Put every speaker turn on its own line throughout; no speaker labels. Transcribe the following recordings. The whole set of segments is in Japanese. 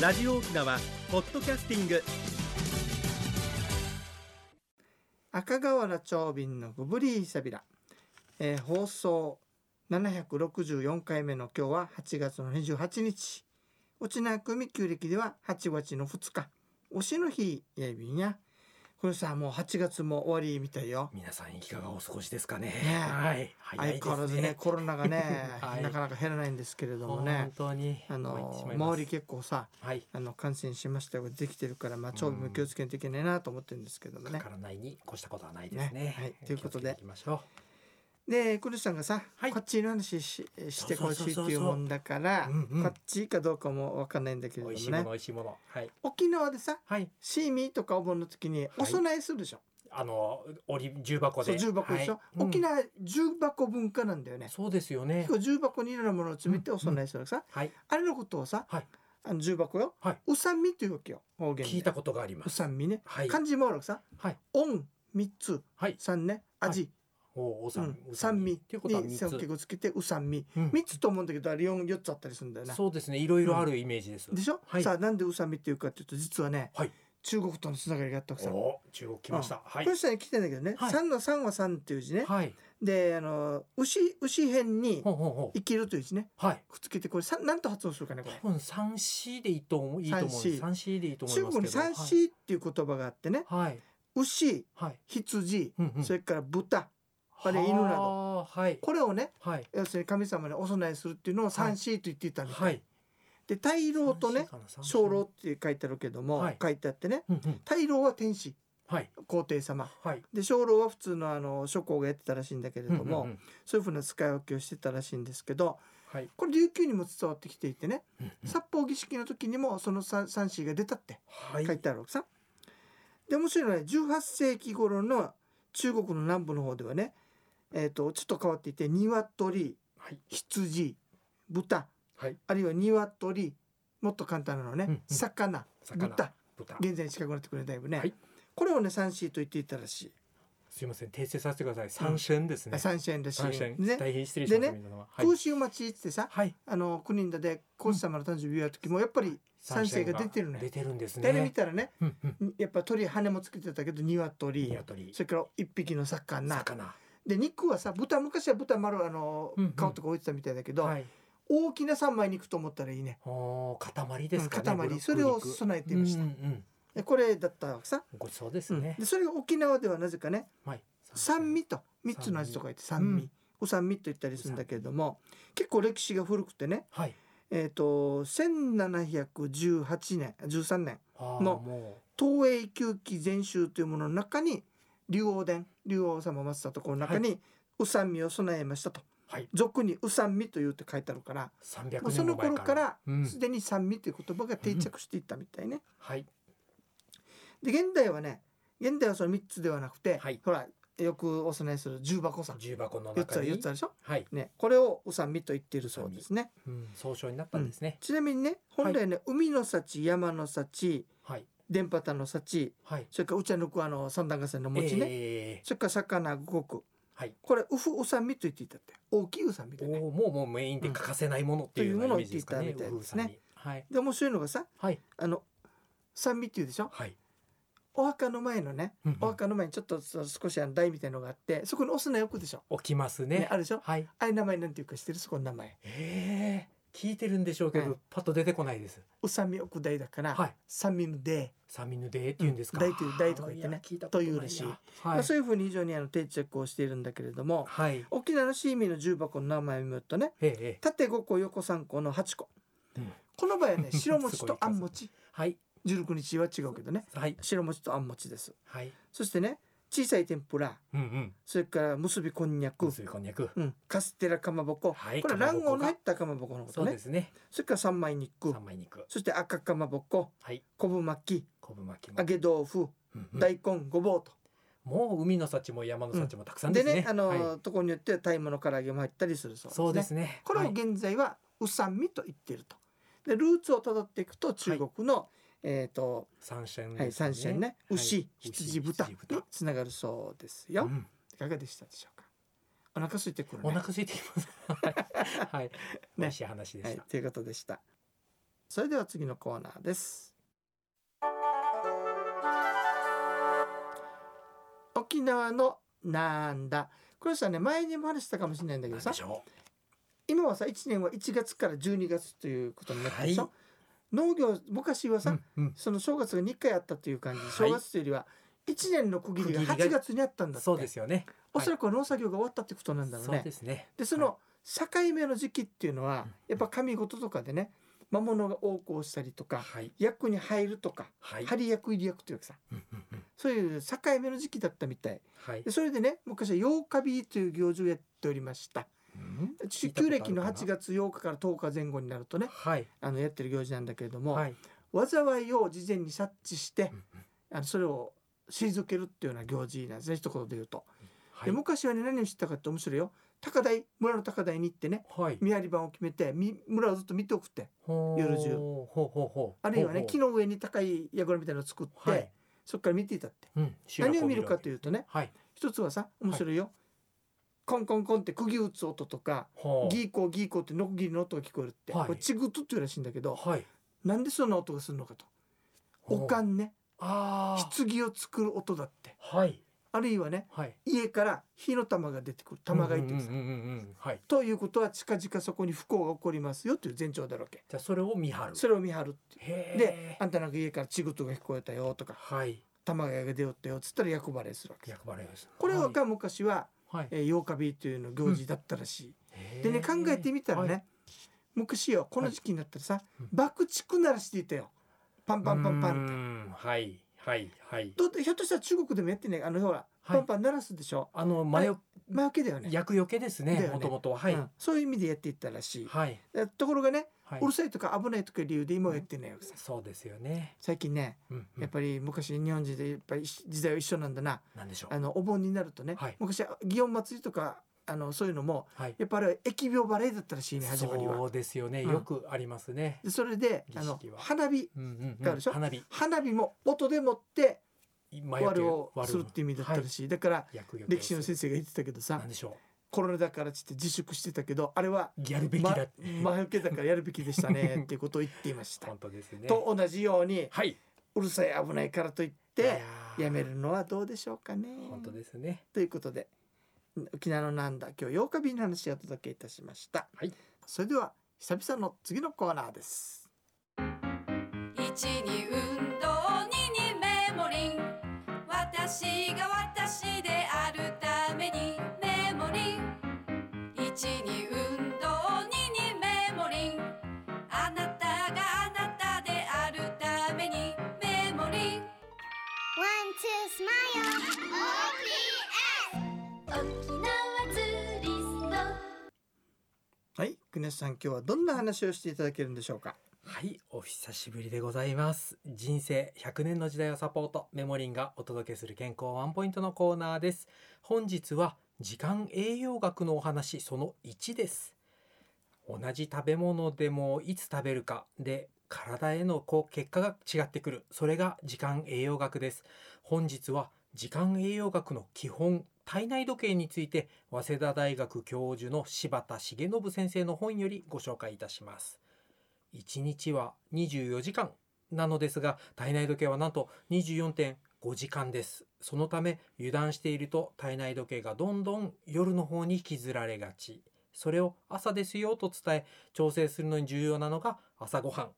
ラジオ沖縄ポッドキャスティング
赤瓦長瓶のグブリーサビラ、えー放送764回目の今日は8月の28日内縄組旧暦では8月の2日推しの日やいびんやこれさもう8月も終わりみたいよ
皆さんいかがお過ごしですかね。
え
はい、早
相
いですね。
変わらずねコロナがね、
はい
なかなか減らないんですけれども
本
ね
当に
あの
参ってしまいます
周り結構さ
はい。
あの感染しましたができてるからまあ長瓶も気をつけないといけないなと思ってるんですけども
か
ね
からないに越したことはないですね。
ねはいということで
気をつけていきましょ
でクルスさんがさ、
はい
こっちの話しして
そ
ほ
うそうそうそう
しいっていうもんだから
うんうん
こっちかどうかもわかんないんだけ
う。
れども
美味しいもの、
ね
美味しいもの。はい。
沖縄でさ
はい。
シーミーとかお盆の時にお供えするでしょ、
あの、おり、重箱
そう
で。
重箱でしょ、
はいうん
沖縄重箱文化なんだよね
そうですよね
結。構重箱にいろんなものを詰めてお供えするさ、
はい。
あれのことをさ、
はい
あの重箱よ、
はい
おさみというわけよ方言で
聞いたことがありま
お
す。
さみね、
はい。
漢字もあるわけさ
はい。
「おん」3つ
はい。
3ね味、
お、お
う
さん
ん、酸味
ということは
に
三
結
つ。
構つけて「うさみ」
うん
3つと思うんだけどあれ 4, 4つあったりするんだよね。
そうですね。いろいろあるイメージです。
でしょ、
はい
さあなんで宇佐美っていうかっていうと実はね、
はい
中国とのつながりがあったわけさ。
お、中国来ました。はい
こ。の人に来てんだけどね、
はい
三の三は三っていう字ね、
はい。
であの牛牛編に
ほうほうほ
生きるという字ね
う。はい。
くっつけてこれさなんと発音するかねこれ。
多分三 C でいいと思う。いいと思う。
三 C
三 C でいいと思い
中
ます
国
け
に
ど。
三子っていう言葉があってね、
はい。はい。
牛
はい。
羊、
うんうん
それから豚あれ犬など
はあ。はい。
これをね
はい。
要するに神様にお供えするっていうのを三子と言っていたみたい、
はい。
で大老とね
三 C
小
かな
老って書いてあるけども、
はい
書いてあってね
三 C うんうん
大老は天使
はい。
皇帝様
はい。
で鐘楼は普通のあの諸侯がやってたらしいんだけれども、
うんうんうん
そういうふうな使い分けをしてたらしいんですけど
はい。
これ琉球にも伝わってきていてね
うんうん
殺法儀式の時にもその三三子が出たって
は
書いてあるわけさ。で面白いのはね18世紀頃の中国の南部の方ではね、えー、とちょっと変わっていて鶏
はい。
羊豚
はい。
あるいは鶏もっと簡単なのね、
うんうん
魚
魚
豚
豚。
現在に近くなってくるだいぶね、
はい
これをね三子と言っていたらしい。
すいません。訂正させてください。三線ですね。
三線らしい
三線。
ね
大変失礼しました。
でね
皆様はい
空。襲待ちってさ、
はい。
あの国んだで孔子様の誕生日やる時もやっぱり三世が出てるのよ
出てるんですね。
誰見たらね
うんうん。
やっぱ鳥羽もつけてたけど鶏
鶏。
それから一匹の魚
魚。
で肉はさ豚昔は豚丸あの
うんうん
顔とか置いてたみたいだけど、
はい。
大きな三枚肉と思ったらいいね
おお、塊ですかね。
うん塊
ブロッコ
そ
リ
れ
ー
を
肉
備えていました
うんうん
でこれだったわけさ、
うんごちそうです
うん
ね
で。それが沖縄ではなぜかね
はい。
酸味と3つの味とか言って酸味、
うん
お酸味と言ったりするんだけれども結構歴史が古くてね
はい。
えー、と1718年13年
あ
の
のも
東映旧期全集というものの中に竜王殿竜王様を祀ったところの中に、うさみを備えましたと
うはい。
俗にうさみというって書いてあるから、
三百
まあ、
年
そ
も
の
前
頃
から。
から
うん
すでに三味という言葉が定着していったみたいね。
はい。
で現代はね現代はその3つではなくて、
はい
ほらよくお供えする重箱さん
重箱の
4つ
中
は
に。
4つあるでしょ、
はい、
ね、これをうさみと言っているそうですね。
うん、総称になったんですね。
ちなみにね本来ね、海の幸山の幸
はい。
電波の幸
はい。
それからお茶のくあの三段重ねの餅ね、
え
それから魚五穀
ーはい。
これウフウサミと言っていたって大きいウサミだ
お
ね
お、もう、もうメインで欠かせないものっていうようなイメージですかね。
うんというものを言っていたみたいですね
ウフウサギはい。
で面白いのがさ
はい。
あの三味っていうでしょ
はい。
お墓の前のね
うんうん
お墓の前にちょっとそ少しあの台みたいのがあってそこにお砂置くでしょ、
起きます
ね
ね。
あるでしょ
はい。
あれ名前なんていうか知ってるそこの名前
ええ聞いてるんでしょうけど、
はい
パッと出てこないです。
ウサミ置く台だから、
はい。
三味ので、
サミヌデーって言うんですか。
うん大という大とか言ってね
あーいや聞いたことないな
というらしい
は
ま
い
あ、。そういうふうに非常にあの定着をしているんだけれども
はい。
沖縄のシーミーの重箱の名前を見るとね
えーえ
縦5個横3個の8個
ーうん
この場合はね白
す
餅
ごい
とあん餅
はい。
16日は違うけどね
はい。
白餅とあん餅です
はい。
そしてね小さい天ぷら
うんうん。
それから結びこんにゃく
結びこんにゃく。
うん、カステラかまぼこ、
はい
これは
かま
卵
ぼ
黄
こが
の入ったかまぼこのこと
そう
ね
で
そ
すね。
れから三枚肉
三枚肉。
そして赤かまぼこ
はい。
昆布巻き
昆布巻きも
揚。げ豆腐、
うんうん
大根ごぼうと、
もう海の幸も山の幸もたくさんで
です
ね。
ねあのー、
はい
とこによってはタイの唐揚げも入ったりするそうですね
そうですね。
これを
はい
現在はうさみと言っているとでルーツをたどっていくと中国の、えっ、と、
三線です、
はい、三種ねね、
はい
牛羊豚につながるそうですよ、
うん
いかがでしたでしょうかお腹空いてくるね
お腹空いてきます。はい、はい、
ね
美味しい話で
は
し
い
た。、
ということでしたそれでは次のコーナーです沖縄のなんだこれさね前にも話したかもしれないんだけど
何
さ
でしょ
今はさ1年は1月から12月ということになってるでしょ、
はい
農業昔は
う、
さ、
うん
その正月が2回あったという感じ、
はい
正月というよりは1年の区切りが
区切り
8
が
月にあったんだって
そうですよね
おそらくは農作業が終わったってことなんだろう
そう
ね。
ですね
でその境目の時期っていうのは
うん
やっぱ神事とかでね魔物が横行したりとか
はい
役に入るとか
はいはい
針役入り役というかさ
うんうんうん
そういう境目の時期だったみたい
はい
でそれでね昔は8日日という行事をやっておりました
うん聞いたこ
旧
とある
暦
か
の
な
8月8日から10日前後になるとね
はい
あのやってる行事なんだけれども、
はい
災いを事前に察知して
うんうん
あのそれを退けるっていうような行事なんですね一言で言うと、
は
で
い
昔はね何を知ったかって面白いよ高台村の高台に行ってね
はい
見張り番を決めてみ村をずっと見ておくって
ほう
夜中
ほうほうほう
あるいはね
ほう
木
ほ
の上に高い櫓みたいなのを作って、
うはい
そこから見ていたって
うん
何を見るかと
いう
いうとね
はい
一つはさ面白いよ、コンコンコンって釘打つ音とか
ほう
ギーコーギーコーってノコギリの音が聞こえるって、
はい
これチグトっていうらしいんだけど
はい
なんでそんな音がするのかと
ほう
おかんね
ああ
棺を作る音だって
はい
あるいはね
はい
家から火の玉が出てくる玉がいて
うん
く
うん
る
うんうんうんはい
ということは近々そこに不幸が起こりますよという前兆だろうけ
じゃあそれを見張る
それを見張るって
へえ
で、あんたなんか家からチグトが聞こえたよとか、
はい
玉が出よったよっつったら役バレするわけよ。
役割です
これ
は
が昔は、
はい
えー、8日日というの行事だったらしい。でね、考えて
み
みたらね、
は
昔よ、この時期になったらさ
うん、
爆竹鳴らしていたよ。パンパンパンパン。
ンはいはいはい
どうひょっとしたら中国でもやってないあのほら、
はい
パンパン鳴らすでしょ。
あの前よ
魔除けだよね。
厄除けです
だよ
ね
ね
もともとははい
うんそういう意味でやっていったらしい。
はい
えところがね、
はいう
るさいとか危ないとかいう理由で今はやってないわけさ。
そうですよね
最近ね、
うんうん
やっぱり昔日本人でやっぱり時代は一緒なんだな。
なんでしょ
あ
う
のお盆になるとね、
はい
昔は祇園祭とかあのそういうのも
はい
やっぱあれは疫病払いだったらしいね始まり
そ
は。
うですよね
うん
よくありますね
でそれであの
儀式は
花火
うんうん
がある
うん
でしょ
花火
花火も音でもって
魔
割
除け
るを
割
するっていう意味だったらしい、だから
はい厄除けを
歴史の
す
先
る
生が言ってたけどさ
なんでしょ
コロナだからっつって自粛してたけどあれは
うやるべきだって
ま前受けだからやるべきでした ねっていうことを言っていました。
本当ですね
と同じように
はい。
うるさい危ないからといっ
い
て
やー
やめるのはどうでしょうかね。
本当ですね。
ということで沖縄のなんだ今日8日日の話をお届けいたしました、
はい、
それでは久々の次のコーナーです
一に運動二にメモリン私が私であるためにメモリン一に運動二にメモリンあなたがあなたであるためにメモリン
One, two, smile. OPS. 沖縄ツーリスト。
はい国吉さん今日はどんな話をしていただけるんでしょうか
はい、お久しぶりでございます。人生100年の時代をサポート、メモリンがお届けする健康ワンポイントのコーナーです。本日は時間栄養学のお話その1です。同じ食べ物でもいつ食べるかで体へのこう結果が違ってくる。それが時間栄養学です。本日は時間栄養学の基本体内時計について早稲田大学教授の柴田重信先生の本よりご紹介いたします。1日は24時間なのですが体内時計はなんと24.5時間ですそのため油断していると体内時計がどんどん夜の方に引きずられがちそれを朝ですよと伝え調整するのに重要なのが朝ごはん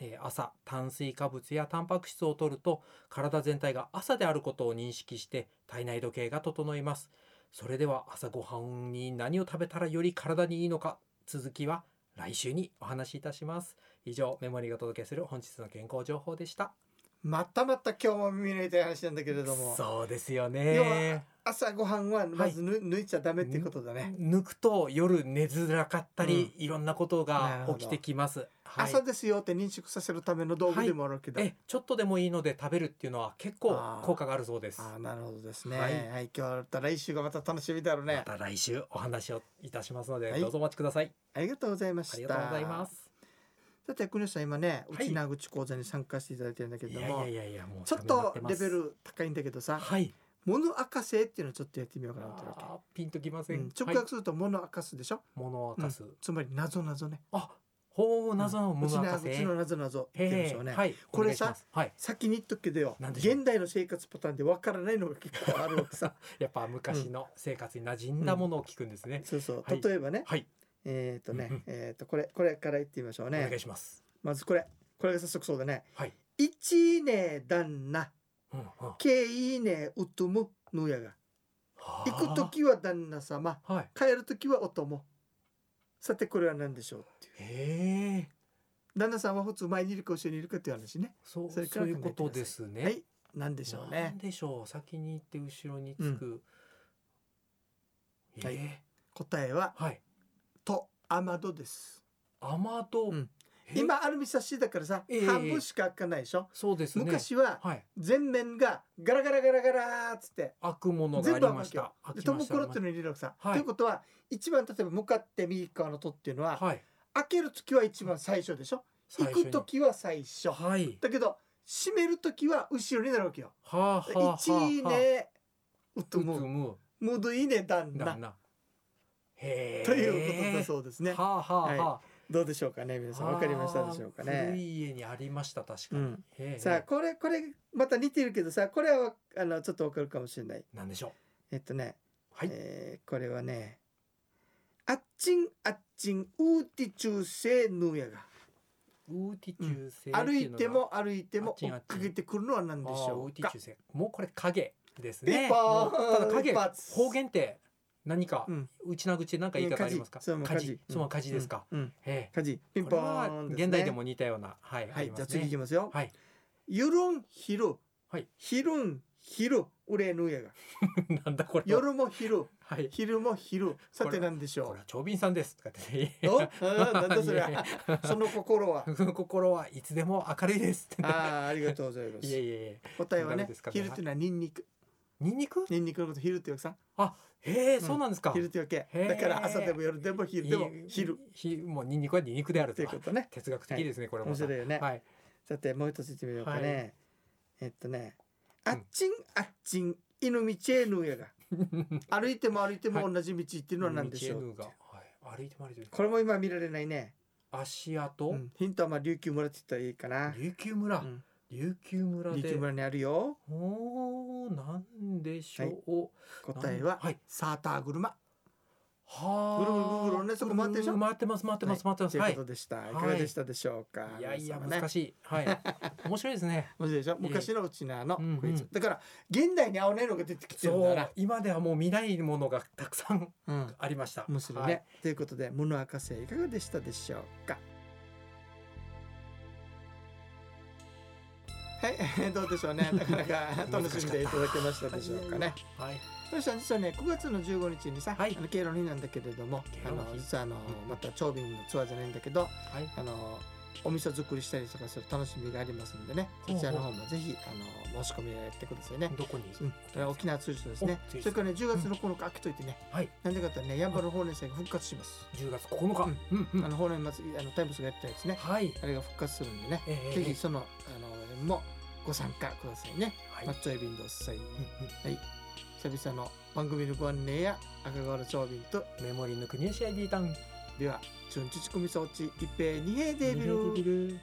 えー朝炭水化物やタンパク質を摂ると体全体が朝であることを認識して体内時計が整いますそれでは朝ごはんに何を食べたらより体にいいのか続きは来週にお話しいたします以上メモリーがお届けする本日の健康情報でした
またまた今日も見られたい話なんだけれども
そうですよ
要は
ね
朝ごはんはまずぬ、抜いちゃダメっていうことだね、
抜くと夜寝づらかったり、いろんなこと
なる
が
ほど
起きてきます、はい
朝ですよって認識させるための道具でもあるけど、
えちょっとでもいいので食べるっていうのは結構
あー
効果があるそうです
ああなるほどですねは
はいい、
今日だったら来週がまた楽しみだろうね
また来週お話をいたしますので、
はい
どうぞお待ちください
ありがとうございました
ありがとうございます
さて国吉さん今ね
はい
内縄口講座に参加していただいてるんだけれ
い
ど
やい
も、
やいやいやもう
ちょっ
ためにな
と
てま
レ
す
ベル高いんだけどさ
はい
物明かせっていうのをちょっとやってみようかなと思ってわ
あーピンときま
け、
せん、
うん直
はい
訳すると物明かすでしょ、
物を明かす、
つまり謎謎ね
あほう謎の
う
も
ち
の
の
博
う
士
ちの謎謎言ってみま
へ
しょう
え
ね、
はい
これ
お願いし
さ
ますはい
先に言っとくけどよ
なんでしょう
現代の生活パターンでわからないのが結構あるわけ さ
やっぱ昔の生活に馴染んだものを聞くんですね、
そうそう
はい
例えばね、
はい
えっ、とね
うんうん
えっ、とこれこれから言ってみましょう
お願
ね
いします
まずこれこれが早速そうだね
はい、
「一ね旦那
うんうん、
けいねうとむぬやが」行く時は旦那様
ははい
帰る時はお供さてこれは何でしょうっていう
へえ
旦那さんは普通前にいるか後ろにいるかっていう話ね
そう
そ
そ
れから
ういう
考え
こ
てください
とですね、
はい何でしょう
な
ね
んでしょう先に行って後ろにつく、
はい
え
答えは
ーはい
とアマドです
雨戸、
うん
へー
今アルミサッシだからさ、
ええ
半分しか開かないでしょ、
そうですね
昔は
はい
全面がガラガラガラガラーっつって
開くものがあ
全
り
部開
ま
く
し
けよ
た開
で
き
ト
ま
ム
した
コロットの入れるわけさ、
はい
ということは一番例えば向かって右側の取っていうのは、
はい
開ける時は一番最初でしょ行
最初に
く時は最初
はい
だけど閉める時は後ろになるわけよ
はあはあはあ
一位ねう
う
と
つ
む
む
むどいいね旦那
旦那へえ
ということだそうですね
はあはあはあ、
どうでしょうかね皆さんわかりましたでしょうか
あー古
ね
い家にありました確か
う
に、
ん
へえ
さあこれこれまた似てるけどさこれはあのちょっとわかるかもしれない
なんでしょう
えっとね
はい、
えーこれはねあっちんあっちんうーてィ中世ぬやが
ウーティ中世
歩いても歩いて
あ
も
っち
追
んあっ
っ
ちん
かけてくるのは何でし
あー
ょ
ウー
う
ティ
か
中世もうこれ影ですね
一発
もうただ
一
影
発
方言って何か、
うん
内な口で何か言い方ありますか
火事それも火事
それも火事ですか、
うん
え
家事ピ
え
ン
こ
ポ
れは
ーンすね
現代でも似たようなはい、
は
あり
い
ま
じゃあ
す
次いき
ね
ますよ
はい
夜ん昼
はい
昼ん昼俺のやが
なんだこれは
夜も昼
はい
昼も昼さて何でし
こ
ょ
れは長瓶さんですとかってね
うおあーなんだそれ
い
は
やい
その心は
や心はいつでも明るいですってね
あーありがとうございま
いや
す
いやいや
答えは
ダ
ね
メですかね
昼っていうのはニンニク
ニンニク
ニンニクのこと昼っていうわけさ
あへえ、
ん
そうなんですか
昼ってわけ
へー
だから朝でも夜でも昼でも
いい
昼
ひもうニンニクはニンニクである
って
と
いうことね
哲学的ですね、これも
面白いよね
はい
さてもう一つ言ってみようかね、え
は
っとね
ん
あっちんあっちん犬道へぬ やが歩いても歩いても同じ道行ってるのは何でしょう
道へのが、はい、歩いても歩いても
これも今見られないね、
足跡、
うんヒントはまあ琉球村って言ったらいいかな、
琉球村、
うん
琉球村
琉
で
球村にあるよ
おーなんでしょう、
答えは、
はい
サーター車
はあ
ぐるぐるぐるぐるねそこ回ってるでしょ
回ってます回ってます回ってますは
はい
い
ということでした、
い
い、かがでしたでしょうか
いやい
皆
や
様ね
難しいはい 面白いで すね
面白いでしょ昔のうちなのクイズ、
うんうん
だから現代に合わないのが出てきてるん
そ
だ
う
な、
今ではもう見ないものがたくさん
うん、
ありました
面白いね、ということでモノ博士いかがでしたでしょうかはい どうでしょう ねなかなか楽しんでいただけましたでしょうかね
はい、はい
よし実はね9月の15日にさ、
はい
あの敬老の日なんだけれども
敬
あ
老の
の
日
実はあの
うん
また長瓶のツアーじゃないんだけど
はい
あのお味噌作りしたりとかする楽しみがありますんでねそちらの方もぜひあの申し込みやってくださいね、
どこに、
うん、沖縄通じとですね
お
そ
通じ
れからね10月の9日開けといてね、
はい
なんでかってねやんばる法然祭が復活します
10月9日、うんうん
あの法然祭りあのタイムスがやったやつね
はい、
あれが復活するんでね、
ええ
ぜひそのあのもご参加くださいね、
はい
マッチョエビンドスさい
うん
久々の番組のご案内や赤川の長瓶と
うんメモリーの国吉 ID タウン
ではチュンチュチコミソーチ一平二平デビル
ビル